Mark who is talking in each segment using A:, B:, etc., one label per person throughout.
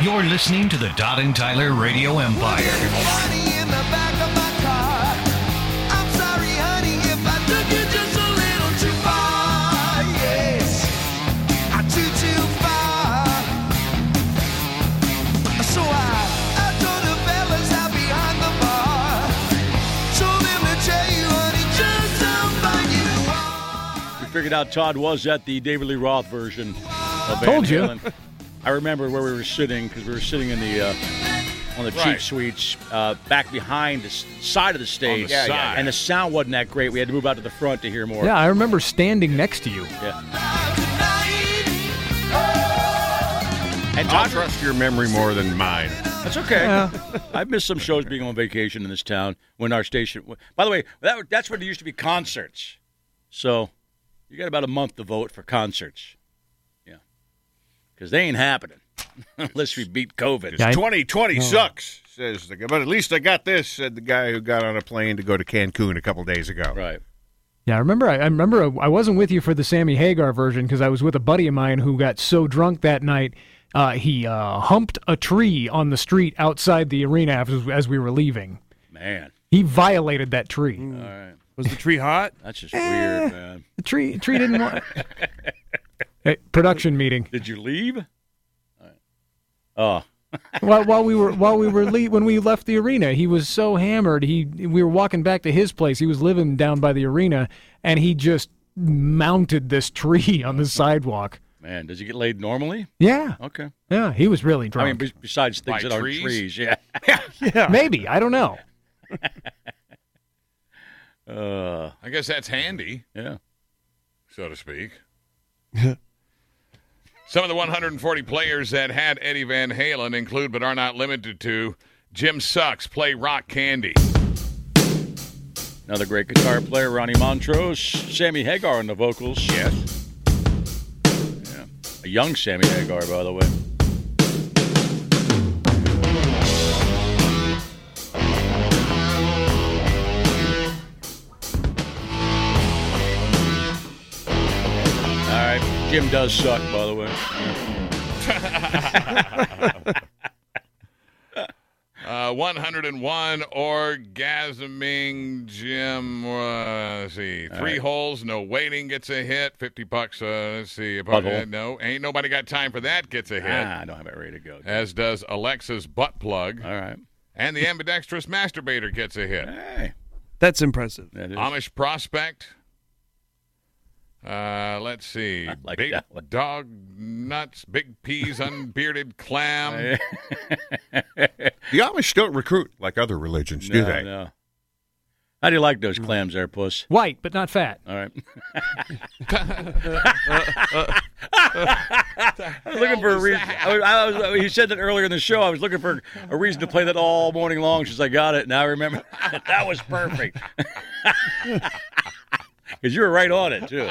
A: You're listening to the Todd and Tyler Radio Empire.
B: We figured out Todd was at the David Lee Roth version of Van
C: Told you.
B: Halen. I remember where we were sitting because we were sitting in the uh, on the cheap
D: Right.
B: suites uh, back behind the s- side of the stage,
D: Yeah, yeah, yeah.
B: and the sound wasn't that great. We had to move out to the front to hear more.
C: Yeah, I remember standing next to you.
B: and
D: I'll
B: Todd,
D: trust your memory more than mine.
B: that's okay. I've missed some shows being on vacation in this town when our station. By the way, that, that's when there used to be concerts. So you got about a month to vote for concerts. Yeah, because they ain't happening unless we beat COVID.
C: Yeah, I-
D: 2020 sucks, says the guy. But at least I got this, said the guy who got on a plane to go to Cancun a couple days ago.
B: Right.
C: Yeah, I remember. I, I remember. I, I wasn't with you for the Sammy Hagar version because I was with a buddy of mine who got so drunk that night uh, he uh, humped a tree on the street outside the arena as, as we were leaving.
B: Man,
C: He violated that tree.
E: Was the tree hot?
B: that's
D: Eh.
B: just weird, man.
C: The tree tree didn't want. Hey, production meeting.
B: Did you leave? Oh,
C: While, while we were while we were le- when we left the arena, he was so hammered. He we were walking back to his place. He was living down by the arena, and he just mounted this tree on the sidewalk.
B: man. Does he get laid normally?
C: Yeah,
B: Okay.
C: yeah, he was really
B: I mean,
C: drunk.
B: be- besides things
D: By
B: that aren't
D: trees?
B: trees. Yeah.
C: Maybe I don't know.
B: Uh,
D: I guess that's handy,
B: yeah.
D: so to speak.
F: Some of the 140 players that had Eddie Van Halen include, but are not limited to, Jim Sucks, play Rock Candy.
B: Another great guitar player, Ronnie Montrose. Sammy Hagar on the vocals.
D: Yes.
B: A young Sammy Hagar, by the way. All right, Jim does suck, by the way.
F: Uh, 101 orgasming Jim. Uh, let's see, three holes, no waiting gets a hit. 50 bucks. Uh, let's see, a buck-
B: Butthole.
F: uh, no, ain't nobody got time for that. Gets a hit.
B: Ah, I don't have it ready to go.
F: As does Alexa's butt plug,
B: All right.
F: and the ambidextrous masturbator gets a hit.
B: Hey,
E: That's impressive.
B: that is.
F: Amish prospect. Uh, let's see.
B: I like
F: big
B: that one.
F: dog nuts, big peas, unbearded clam.
D: The Amish don't recruit like other religions, do
B: No,
D: they?
B: no. How do you like those clams there, puss?
C: White but not fat.
B: All right. I was looking for a reason. I was, I was, he said that earlier in the show. I was looking for a reason to play that all morning long since I got it. Now I remember that was perfect. Because you were right on it, too.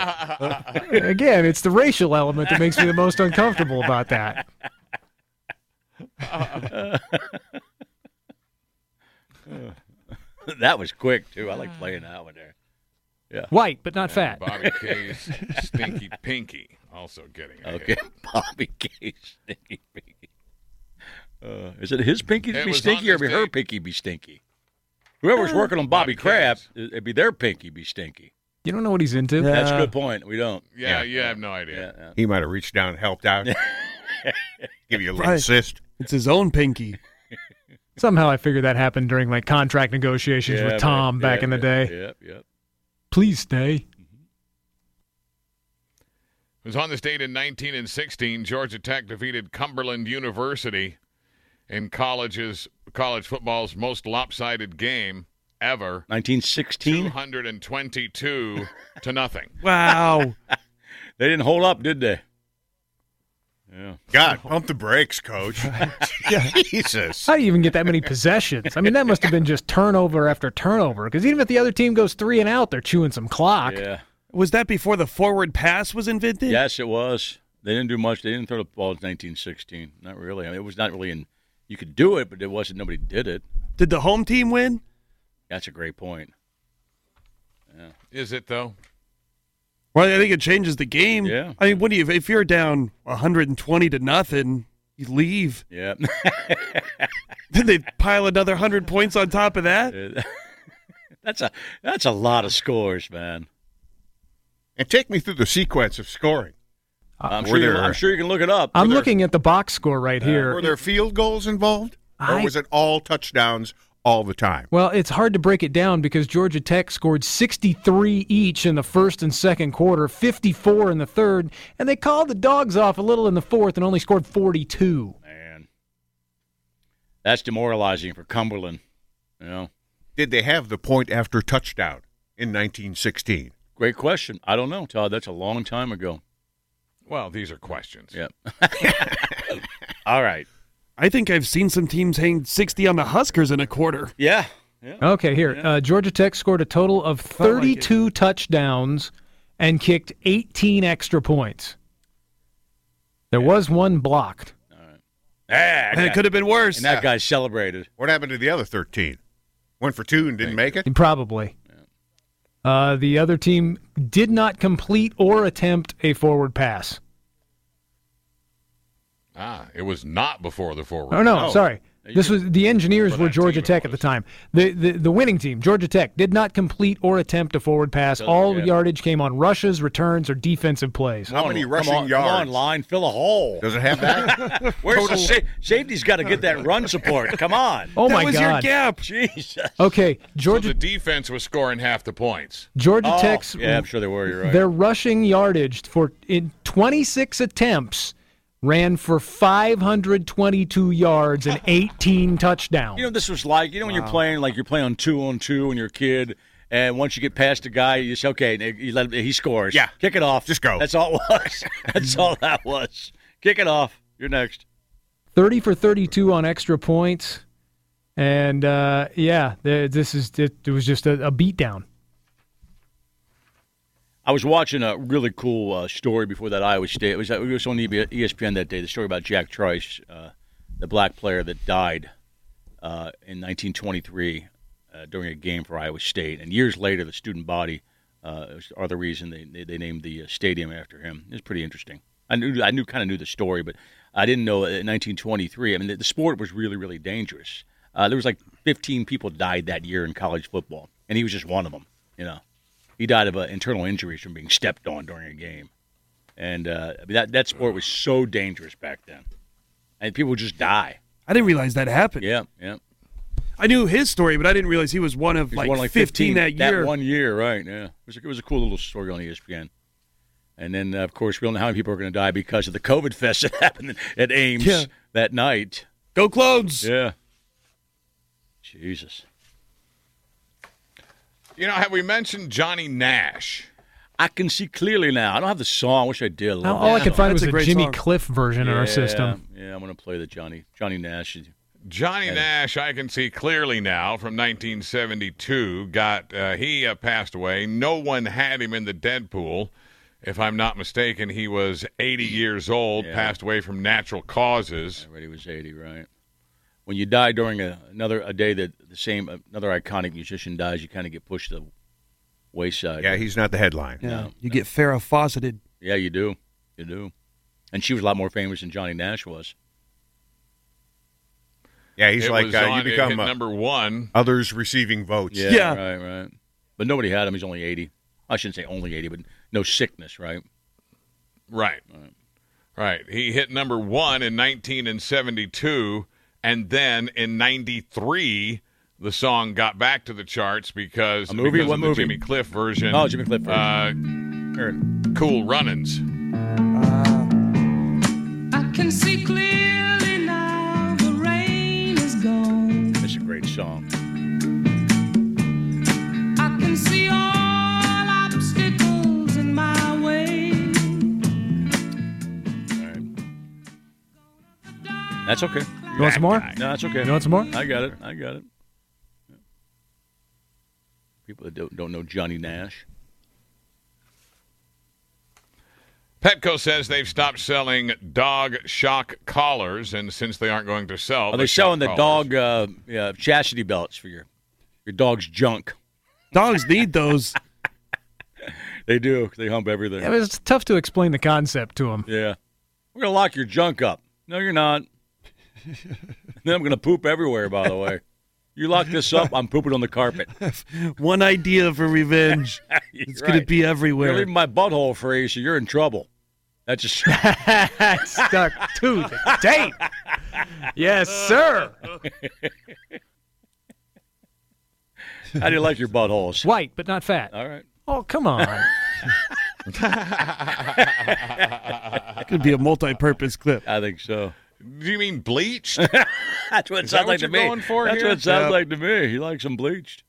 C: Again, it's the racial element that makes me the most uncomfortable about that.
B: That was quick, too. I like playing that one there.
C: White but not fat.
F: Bobby K's stinky pinky also getting a
B: Okay.
F: hit.
B: Bobby Case, Stinky Pinky. Uh, is it his pinky
F: It
B: be
F: was
B: stinky
F: on
B: or be
F: this
B: her
F: tape.
B: pinky be stinky? Whoever's working on Bobby,
F: Bobby Case.
B: Crab, it'd be their pinky be stinky.
C: You don't know what he's into.
B: That's a good point. We don't.
F: Yeah, you have no idea.
B: Yeah, yeah.
D: He might have reached down and helped out. Give you a little
E: Right.
D: assist.
E: It's his own pinky.
C: Somehow I figured that happened during like contract negotiations
B: Yeah,
C: with Tom
B: right.
C: back
B: Yep,
C: in the day.
B: yep, Yep, yep.
C: Please stay.
F: It was on this date in 19 and 16, Georgia Tech defeated Cumberland University in college's college football's most lopsided game ever,
B: 1916.
F: 222 to nothing.
E: Wow.
B: They didn't hold up, did they? Yeah.
D: God, pump the brakes, coach. Jesus.
C: How do you even get that many possessions? I mean, that must have been just turnover after turnover. Because even if the other team goes three and out, they're chewing some clock.
B: Yeah.
E: was that before the forward pass was invented?
B: Yes, it was. They didn't do much. They didn't throw the ball in 1916. Not really. I mean, it was not really in. You could do it, but it wasn't. Nobody did it.
E: Did the home team win?
B: That's a great point.
F: Is it though?
E: Well, I think it changes the game.
B: Yeah.
E: I mean, what do you if you're down 120 to nothing? You leave.
B: Yeah.
E: Then they pile another hundred points on top of that.
B: that's a that's a lot of scores, man.
D: And take me through the sequence of scoring.
B: I'm
D: were
B: sure, you,
D: there-
B: I'm sure you can look it up.
C: Uh, I'm
B: Were there- Uh,
C: looking at the box score right here.
D: Were there field goals involved? Or
C: I-
D: was it all touchdowns all the time?
C: Well, it's hard to break it down because Georgia Tech scored 63 each in the first and second quarter, 54 in the third, and they called the dogs off a little in the fourth and only scored 42.
B: Man, that's demoralizing for Cumberland. You know,
D: Did they have the point after touchdown in 1916?
B: great question. I don't know, Todd. That's a long time ago.
F: Well, these are questions.
B: Yeah. All right.
E: I think I've seen some teams hang sixty on the Huskers in a quarter.
B: Yeah. Yeah.
C: Okay, here. Uh, Georgia Tech scored a total of 32 touchdowns and kicked 18 extra points. There was one blocked.
B: Ah,
E: And it could have been worse.
B: and that guy celebrated.
D: What happened to the other 13? Went for two and didn't make it?
C: Probably. Uh, the other team did not complete or attempt a forward pass.
F: Ah, it was not before the forward.
C: Oh no,
F: Oh.
C: sorry. This was the engineers
F: Well,
C: were
F: that
C: Georgia
F: team it
C: Tech at the
F: was.
C: time. The, the the winning team, Georgia Tech, did not complete or attempt a forward pass. All
B: yeah.
C: yardage came on rushes, returns, or defensive plays.
D: How
B: Come
D: many
B: on,
D: rushing
B: come on,
D: yards?
B: Come on, line, fill a hole.
D: Does it have that?
B: Where's the sa- safety's got to get that run support? Come on,
C: Oh
E: that
C: my
E: was your
C: God!
E: gap.
B: Jesus.
C: Okay,
F: So
C: Georgia
F: the defense was scoring half the points.
C: Georgia
B: Oh,
C: Tech's
B: yeah, I'm sure they were. You're right.
C: their rushing yardage for in 26 attempts ran for 522 yards and 18 touchdowns.
B: You know, this was like you know when you're playing like you're playing on two on two when you're a kid, and once you get past a guy, you say, okay, you let him, he scores.
D: Yeah.
B: kick it off.
D: Just go.
B: That's all it was. That's all that was. Kick it off. You're next.
C: 30 for 32 on extra points, and uh, yeah, th- this is it, it was just a, a beatdown.
B: I was watching a really cool uh, story before that Iowa State. It was, it was on E EB ESPN that day. The story about Jack Trice, uh, the black player that died uh, in 1923 uh, during a game for Iowa State, and years later, the student body uh, was- are the reason they, they, they named the uh, stadium after him. It was pretty interesting. I knew I knew kind of knew the story, but I didn't know that in 1923. I mean, the, the sport was really really dangerous. Uh, there was like 15 people died that year in college football, and he was just one of them. You know. He died of uh, internal injuries from being stepped on during a game, and uh, I mean, that that sport was so dangerous back then, and people would just die.
E: I didn't realize that happened.
B: Yeah, yeah.
E: I knew his story, but I didn't realize he was one of
B: He was
E: like,
B: one of,
E: 15, that year.
B: That one year, right? Yeah, it was, a, it was a cool little story on E ESPN. And then, uh, of course, we don't know how many people are going to die because of the COVID fest that happened at Ames
E: Yeah.
B: that night.
E: Go clones.
B: Yeah. Jesus.
F: You know, have we mentioned Johnny Nash?
B: I can see clearly now. I don't have the song. I wish I did.
C: All, all I could find
E: That's
C: was
E: a
C: a,
E: great
C: Jimmy
E: song.
C: Cliff version in our system.
B: Yeah, I'm going to play the Johnny Johnny Nash.
F: Johnny Nash, I can see clearly now from 1972. Got uh, he uh, passed away. No one had him in the Deadpool. If I'm not mistaken, he was 80 years old, passed away from natural causes.
B: Already was 80, right? When you die during a, another a day that the same another iconic musician dies, you kind of get pushed to the wayside.
D: yeah, he's not the headline.
E: Yeah, you get Farrah Fawcetted.
B: Yeah, you do. You do. And she was a lot more famous than Johnny Nash was.
D: Yeah, he's
F: It
D: like
F: was
D: uh,
F: on-
D: you
F: it
D: become
F: hit
D: uh,
F: number one.
D: others receiving votes.
B: Yeah,
E: Yeah.
B: Right, right. But nobody had him. He's only 80. I shouldn't say only 80, but no sickness, right?
F: Right. Right. He hit number one in 1972, and then in 93, the song got back to the charts because,
B: A movie?
F: because
B: What
F: of
B: movie?
F: the Jimmy Cliff version.
B: Oh, Jimmy Cliff version.
F: Uh,
B: Sure.
F: cool Runnings.
G: I can see clearly now the rain is gone.
B: That's a great song.
G: I can see all obstacles in my way.
B: All right. That's okay.
C: You want some more?
B: No, that's okay.
C: You want some more?
B: I got it. I got it. People that don't, don't know Johnny Nash.
F: Petco says they've stopped selling dog shock collars, and since they aren't going to sell,
B: Are Oh, they
F: shock
B: selling the
F: collars-
B: dog uh, yeah, chastity belts for your your dog's junk?
E: Dogs need those.
B: They do. They hump everything.
C: It was tough to explain the concept to him.
B: Yeah. We're going to lock your junk up. No, you're not. then I'm going to poop everywhere, by the way. You lock this up, I'm pooping on the carpet.
E: One idea for revenge. It's going to be
B: You're
E: everywhere.
B: leaving my butthole free, so you're in trouble. That's just.
C: Stuck to the tape. Yes, sir.
B: How do you like your buttholes?
C: White, but not fat.
B: All right.
C: Oh, come on.
E: It could be a multi-purpose clip.
B: I think so.
F: Do you mean bleached?
B: That's what it
F: Is
B: sounds
F: that what
B: like to
F: you're
B: me.
F: going for
B: That's
F: here?
B: what it sounds
F: Yeah.
B: like to me. He likes them bleached.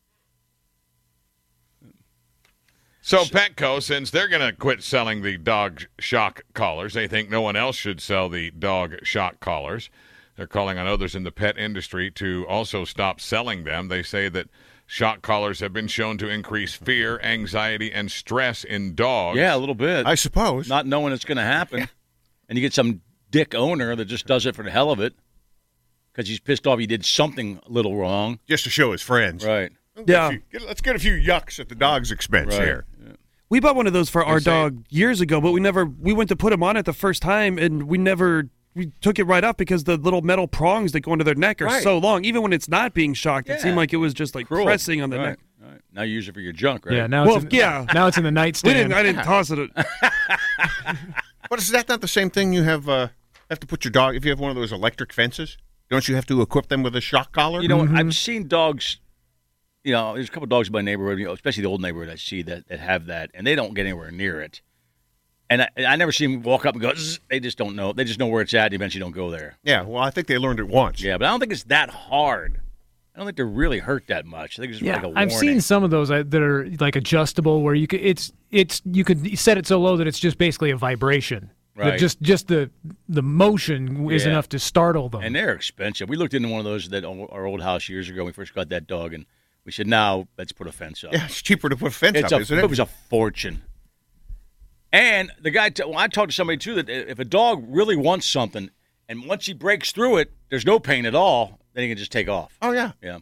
F: So Petco, since they're going to quit selling the dog shock collars, they think no one else should sell the dog shock collars. They're calling on others in the pet industry to also stop selling them. They say that shock collars have been shown to increase fear, anxiety, and stress in dogs.
B: Yeah, a little bit.
D: I suppose.
B: Not knowing it's going to happen, and you get some dick owner that just does it for the hell of it because he's pissed off. He did something a little wrong.
D: Just to show his friends.
B: Right.
D: Let's get a
E: Yeah.
D: few- get- let's get a few yucks at the dog's expense
B: Right.
D: here.
E: We bought one of those for our
F: say-
E: dog years ago, but we never we went to put him on it the first time, and we never we took it right off because the little metal prongs that go into their neck are
B: Right.
E: so long. Even when it's not being shocked, it
B: Yeah.
E: seemed like it was just like
B: Cruel.
E: pressing on the
B: Right,
E: neck.
B: right. Now you use it for your junk, right?
C: Yeah, now it's
E: Well,
C: in,
E: yeah.
C: now it's in the
E: We didn't.
C: nightstand.
E: I didn't toss it. uh,
D: But is that not the same thing you have uh, have to put your dog if you have one of those electric fences? Don't you have to equip them with a shock collar?
B: You know, what
F: Mm-hmm.
B: I've seen dogs. You know, there's a couple dogs in my neighborhood, you know, especially the old neighborhood. I see that that have that, and they don't get anywhere near it. And I, I never see them walk up and go. Zzz, they just don't know. They just know where it's at. And eventually, don't go there.
D: yeah, well, I think they learned it once.
B: Yeah, but I don't think it's that hard. I don't think they're really hurt that much. I think it's just like a
C: Yeah,
B: warning.
C: I've seen some of those uh, that are like adjustable, where you could it's it's you could set it so low that it's just basically a vibration. That
B: Right.
C: Just just the the motion is
B: Yeah.
C: enough to startle them.
B: and they're expensive. We looked into one of those that o- our old house years ago. when We first got that dog, and we said, "Now let's put a fence up."
D: Yeah, it's cheaper to put a fence
B: It's
D: up,
B: a,
D: isn't it?
B: it was a fortune. And the guy, t- well, I talked to somebody too that uh, if a dog really wants something, and once he breaks through it, there's no pain at all. Then he can just take off.
D: oh yeah,
B: Yeah,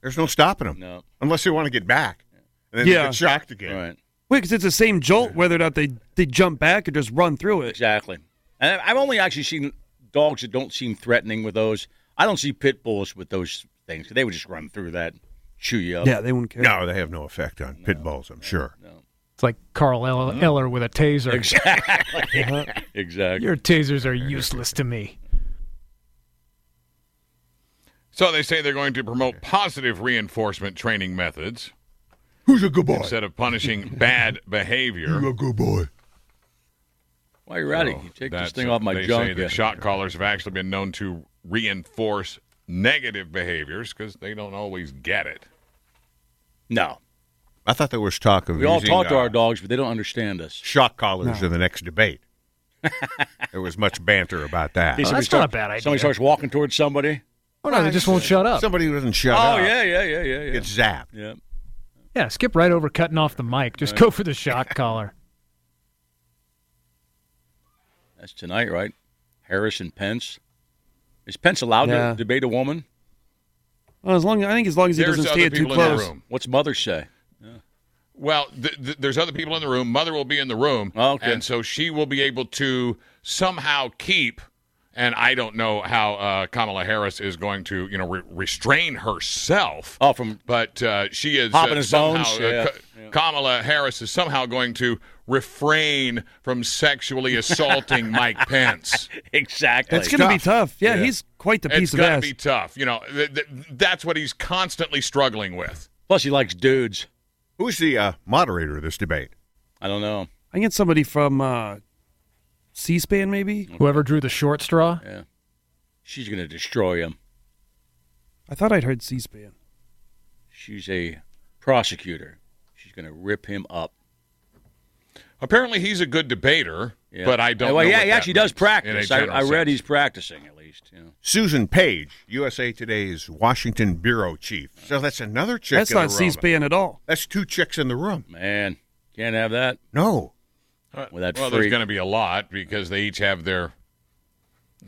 D: there's no stopping them
B: no,
D: unless they want to get back, and then they
E: Yeah.
D: get shocked again.
B: right,
E: Wait, because it's the same jolt, whether or not they they jump back or just run through it.
B: exactly. And I- I've only actually seen dogs that don't seem threatening with those. I don't see pit bulls with those things. They would just run through that, chew you up.
E: Yeah, they wouldn't care.
D: No, they have no effect on pit bulls, I'm sure.
C: it's like Carl Ell-
B: Mm-hmm.
C: Eller with a taser.
B: exactly.
C: Your tasers are useless to me.
F: So they say they're going to promote positive reinforcement training methods
D: Who's a good boy?
F: instead of punishing bad behavior.
D: a good boy.
B: While you're at it,
F: So
B: you take this
F: that's-
B: thing off my
F: they Say
B: junk.
F: that
B: Yeah.
F: shot callers have actually been known to reinforce negative behaviors because they don't always get it.
B: No,
D: I thought there was talk of
B: we all
D: using,
B: talk to
D: uh,
B: our dogs, but they don't understand us.
D: shock collars in the next debate. there was much banter about that.
B: Somebody
C: that's not
B: start-
C: a bad idea.
B: Somebody starts walking towards somebody.
C: Oh no, they just won't shut up.
D: Uh, Somebody who doesn't shut
B: Oh
D: up
B: yeah, yeah, yeah, yeah, yeah.
D: gets zapped.
B: yeah.
C: Yeah, skip right over cutting off the mic. Just go for the shock collar.
B: That's tonight, right? Harris and Pence. Is Pence allowed
E: Yeah.
B: to debate a woman?
E: Well, as long I think as long as he
F: There's
E: doesn't
F: other
E: stay it too
F: people in the
E: close.
F: room.
B: What's mother say?
F: Well, th- th- there's other people in the room. Mother will be in the room,
B: Oh, Okay.
F: and so she will be able to somehow keep. And I don't know how uh, Kamala Harris is going to, you know, re- restrain herself.
B: Oh, from
F: But uh, she is
B: Hopping
F: uh,
B: his
F: somehow,
B: bones, yeah,
F: Ka- Kamala Harris is somehow going to refrain from sexually assaulting Mike Pence.
B: exactly.
E: It's going to be tough. Yeah, he's quite the piece
F: It's
E: of
F: going
E: ass.
F: to be tough. You know, th- th- that's what he's constantly struggling with.
B: Plus, he likes dudes.
D: Who's the uh, moderator of this debate?
B: I don't know.
E: I get somebody from uh, C-SPAN, maybe.
C: Whoever drew the short straw.
B: She's going to destroy him.
E: I thought I'd heard C-SPAN.
B: She's a prosecutor. She's going to rip him up.
F: Apparently, he's a good debater,
B: Yeah.
F: but I don't.
B: Well,
F: know
B: yeah,
F: what
B: he
F: that
B: actually does
F: means
B: practice.
F: in a
B: I,
F: general
B: I read
F: sense.
B: he's practicing at least. You know.
D: Susan Page, USA Today's Washington bureau chief. So that's another chick.
E: That's
D: in the
E: not
D: room.
E: C-SPAN at all.
D: That's two chicks in the room.
B: Man, can't have that.
D: No,
B: Well, that freak.
F: well, there's going to be a lot because they each have their,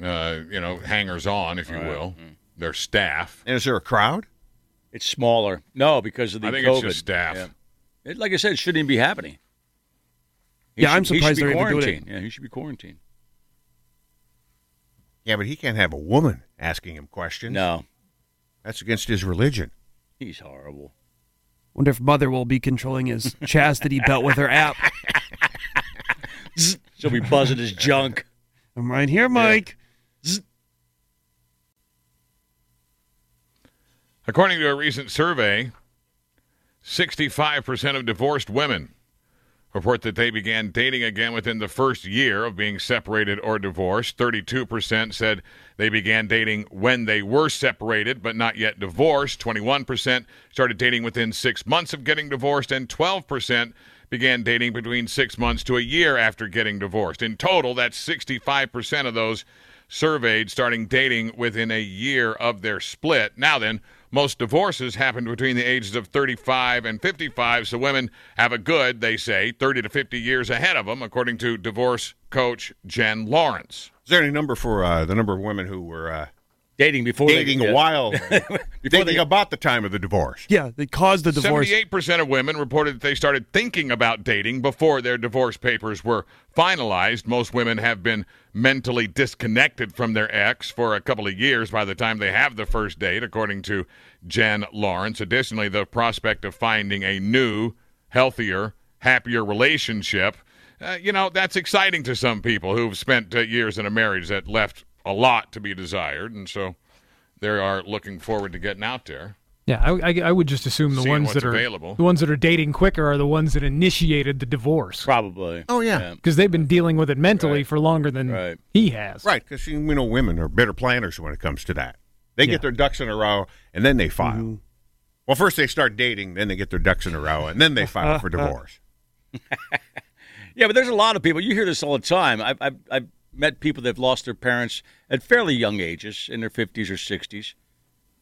F: uh, you know, hangers on, if you will,
B: Mm.
F: their staff.
D: and is there a crowd?
B: It's smaller. No, because of the
F: I think
B: COVID.
F: it's just staff.
B: Yeah. It, like I said, it shouldn't even be happening. He
E: Yeah, I'm
B: should- he should
E: surprised
B: be
E: they're even doing it.
B: quarantined. Yeah, he should be quarantined.
D: Yeah, but he can't have a woman asking him questions.
B: No,
D: That's against his religion.
B: he's horrible.
E: Wonder if Mother will be controlling his chastity belt with her app.
B: She'll be buzzing his junk.
E: I'm right here, Mike.
F: According to a recent survey, 65% of divorced women report that they began dating again within the first year of being separated or divorced. 32% said they began dating when they were separated but not yet divorced. 21% started dating within six months of getting divorced, and 12% began dating between six months to a year after getting divorced. In total, that's 65% of those surveyed starting dating within a year of their split. Now then, most divorces happen between the ages of 35 and 55, so women have a good, they say, 30 to 50 years ahead of them, according to divorce coach Jen Lawrence.
D: Is there any number for uh, the number of women who were uh,
B: Dating before
D: dating
B: they,
D: a while,
B: Before
D: dating
B: they-
D: about the time of the divorce?
E: Yeah, they caused the divorce.
F: 78% of women reported that they started thinking about dating before their divorce papers were finalized. Most women have been mentally disconnected from their ex for a couple of years by the time they have the first date, according to Jen Lawrence. Additionally, the prospect of finding a new, healthier, happier relationship. Uh, you know, that's exciting to some people who've spent uh, years in a marriage that left a lot to be desired. And so they are looking forward to getting out there.
C: Yeah, I, I, I would just assume the
F: Seeing
C: ones
F: what's
C: that are
F: available.
C: the ones that are dating quicker are the ones that initiated the divorce
B: probably.
D: Oh, yeah.
C: because they've been dealing with it mentally for longer than
B: Right.
C: he has.
D: Right, because you know women are better planners when it comes to that. They
C: Yeah. Mm-hmm.
D: get their ducks in a row and then they file. Well, first they start dating, then they get their ducks in a row, and then they file for divorce.
B: Yeah, but there's a lot of people. You hear this all the time. I've, I've, I've met people that've lost their parents at fairly young ages, in their 50s or 60s,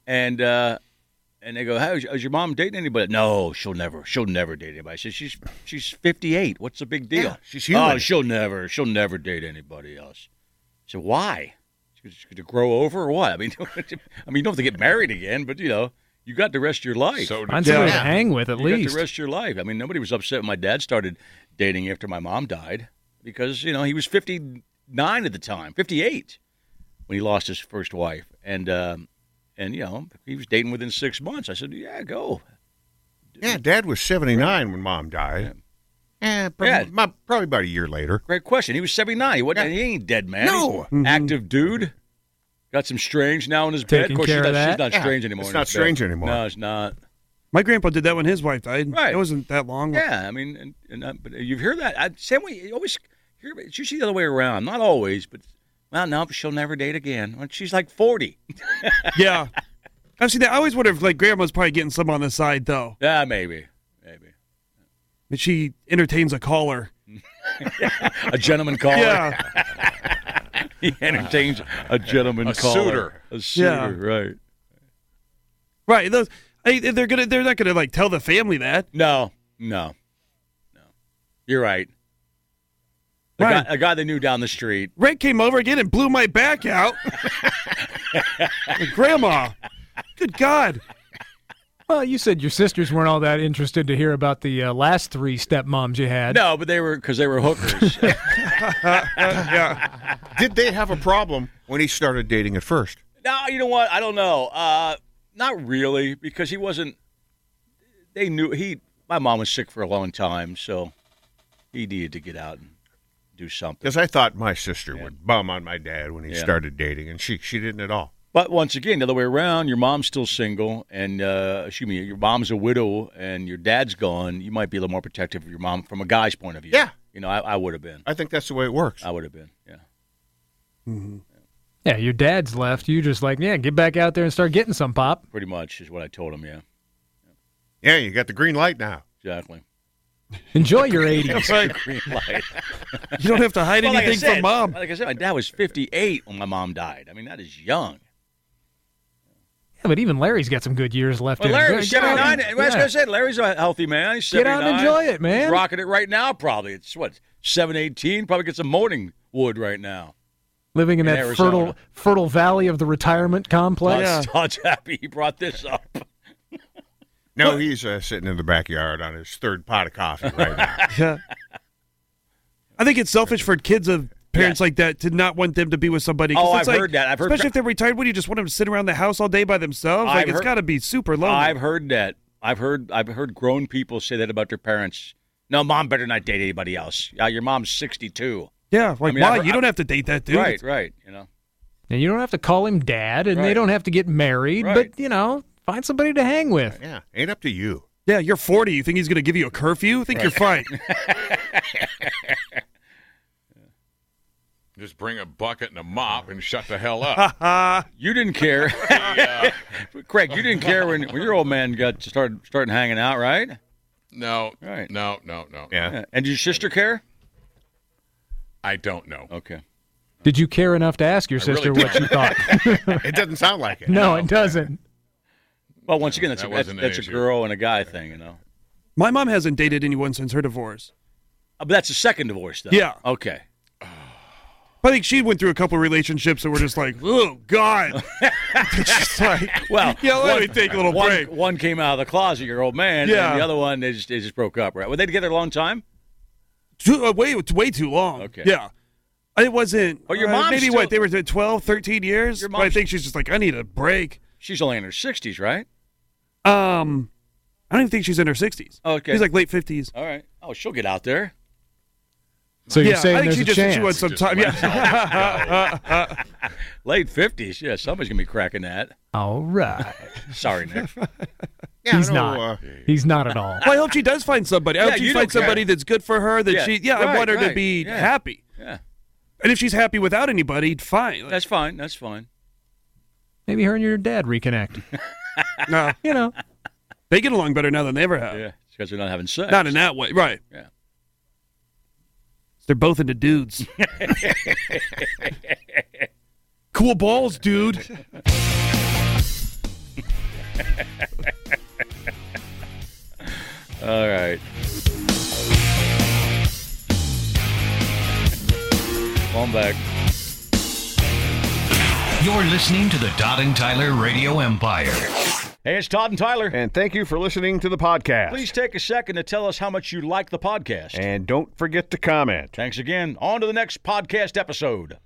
B: and uh, and they go, "How is, is your mom dating anybody?" No, she'll never. She'll never date anybody. I said, "She's she's 58. What's the big deal?"
D: Yeah, she's human.
B: Oh, she'll never. She'll never date anybody else. So why? She's going to grow over or what? I mean, I mean, you don't have to get married again, but you know, you got the rest of your life.
F: So
C: Find somebody to
E: Yeah.
C: hang with at
B: You got
C: least.
B: the rest of your life. I mean, nobody was upset when my dad started dating after my mom died because you know he was 59 at the time, 58 when he lost his first wife, and um, and you know he was dating within six months. I said, yeah, go.
D: Yeah, Dad was 79 when Mom died. Yeah, probably,
B: Yeah.
D: my- probably about a year later.
B: Great question. He was 79. He wasn't. He ain't dead, man.
D: No.
B: He's an active dude. Got some strange now in his bed.
C: Taking
B: Of course,
C: care
B: she's,
C: of
B: not, she's
C: that.
B: not
D: Yeah,
B: strange anymore.
D: it's
B: in
D: not
B: his bed.
D: strange anymore.
B: No, it's not.
E: My grandpa did that when his wife died.
B: Right.
E: It wasn't that long.
B: Yeah, I mean, and, and uh, but you hear that I, same way. You always hear it's usually the other way around. Not always, but well, no, she'll never date again. When she's like forty,
E: Yeah. I've seen that. I always wonder if like grandma's probably getting some on the side though.
B: yeah, maybe, maybe
E: If she entertains a caller.
B: a gentleman caller.
E: Yeah.
B: he entertains a gentleman
F: A
B: caller,
F: suitor.
B: a suitor, right?
E: right. Those I, they're gonna they're not gonna like tell the family that.
B: No, no, no. You're right. A,
E: Right.
B: guy, a guy they knew down the street.
E: Red came over again and blew my back out. Like, grandma. Good God.
C: Well, you said your sisters weren't all that interested to hear about the uh, last three stepmoms you had.
B: No, but they were because they were hookers.
D: Did they have a problem when he started dating at first?
B: No, you know what? I don't know. Uh, not really, because he wasn't. They knew he. My mom was sick for a long time, so he needed to get out and do something.
D: Because I thought my sister would bum on my dad when he
B: Yeah.
D: started dating, and she she didn't at all.
B: But once again, the other way around, your mom's still single, and uh, excuse me, your mom's a widow, and your dad's gone. You might be a little more protective of your mom from a guy's point of view.
D: Yeah.
B: you know, I, I would have been.
D: I think that's the way it works.
B: I would have been. Yeah.
C: Yeah, your dad's left. You just like, yeah, get back out there and start getting some pop.
B: Pretty much is what I told him. Yeah,
D: yeah, you got the green light now.
B: exactly.
C: Enjoy your 80s.
B: Green light.
E: You don't have to hide
B: Well, like I
E: anything
B: said-
E: from mom.
B: Like I said, my dad was 58 when my mom died. I mean, that is young.
C: Yeah, but even Larry's got some good years left
B: Well,
C: in him.
B: Larry was
C: Get out
B: 79.
C: and-
B: Well, That's
C: yeah.
B: what I said. Larry's a healthy man. He's
C: Get out
B: 79.
C: and enjoy it, man.
B: He's rocking it right now, probably. It's what, 718? Probably get some morning wood right now.
C: Living in
B: in
C: that
B: Arizona.
C: fertile fertile valley of the retirement complex.
E: Yeah.
B: Todd's, Todd's happy he brought this up.
D: No, he's uh, sitting in the backyard on his third pot of coffee right now.
E: Yeah. I think it's selfish for kids of parents like that to not want them to be with somebody. 'Cause
B: Oh,
E: it's
B: I've
E: like-
B: heard that. I've heard-
E: especially if they're retired. What do you just want them to sit around the house all day by themselves?
B: I've
E: Like it's
B: heard-
E: got to be super lonely.
B: I've heard that. I've heard. I've heard grown people say that about their parents. No, mom better not date anybody else. Uh, your mom's sixty-two.
E: yeah, like
B: mean, I've
E: why?
B: heard-
E: you don't have to date that dude.
B: right, right. You know.
C: And you don't have to call him dad, and
B: Right.
C: they don't have to get married,
B: Right.
C: but, you know, find somebody to hang with.
D: Yeah, ain't up to you.
E: Yeah, you're 40. You think he's going to give you a curfew? You think you're fine?
F: Just bring a bucket and a mop and shut the hell up.
B: You didn't care, Craig. You didn't care when, when your old man got to start starting hanging out, right?
F: no,
B: Right.
F: no, no, no.
D: Yeah.
B: Yeah. And did your sister care?
F: I don't know.
B: Okay.
C: Did you care enough to ask your sister
F: really
C: what you thought?
D: It doesn't sound like it.
C: no, it doesn't.
B: Well, once again, that's
F: that
B: a, that's,
F: wasn't an
B: that's a
F: issue.
B: girl and a guy thing, you know.
E: My mom hasn't dated anyone since her divorce.
B: Uh, But that's a second divorce, though.
E: Yeah.
B: Okay.
E: But I think she went through a couple relationships that were just like, oh God. She's like,
B: Well,
E: yeah, let me take a
F: Oh,
E: little
B: One,
E: break.
B: one came out of the closet, your old man.
E: Yeah.
B: And the other one, they just, they just broke up, right? Were they together a long time?
E: Too, uh, way, way too long.
B: Okay.
E: Yeah. It wasn't.
B: Oh, your
E: uh,
B: mom's
E: Maybe
B: still-
E: what? They were 12, 13 years?
B: Your
E: But I
B: mom's-
E: think she's just like, I need a break.
B: She's only in her 60s, right?
E: Um, I don't even think she's in her 60s.
B: Okay.
E: She's like late 50s.
B: All right. Oh, she'll get out there.
C: So you're
E: yeah,
C: saying
E: I think
C: there's
E: she
C: a
E: just
C: chance.
E: she wants some time. Yeah.
B: Late 50s. Yeah, somebody's going to be cracking that.
C: All right.
B: Sorry, Nick.
D: Yeah, I
C: He's
D: know,
C: not.
D: uh,
C: He's not at all.
E: well, I hope she does find somebody. I
B: Yeah,
E: hope
B: you
E: she
B: don't
E: finds somebody
B: care.
E: that's good for her. That
B: Yeah,
E: she, yeah, I
B: right,
E: want her
B: right,
E: to be
B: yeah.
E: happy.
B: Yeah.
E: And if she's happy without anybody, fine.
B: That's fine. That's fine.
C: Maybe her and your dad reconnect.
E: no,
C: You know,
E: they get along better now than they ever have.
B: Yeah. It's because they're not having sex.
E: Not in that way, right?
B: Yeah.
E: They're both into dudes. cool balls, dude.
B: All right. Come back.
A: You're listening to the Todd and Tyler Radio Empire.
B: Hey, it's Todd and Tyler.
H: And thank you for listening to the podcast.
B: Please take a second to tell us how much you like the podcast.
H: And don't forget to comment.
B: Thanks again. On to the next podcast episode.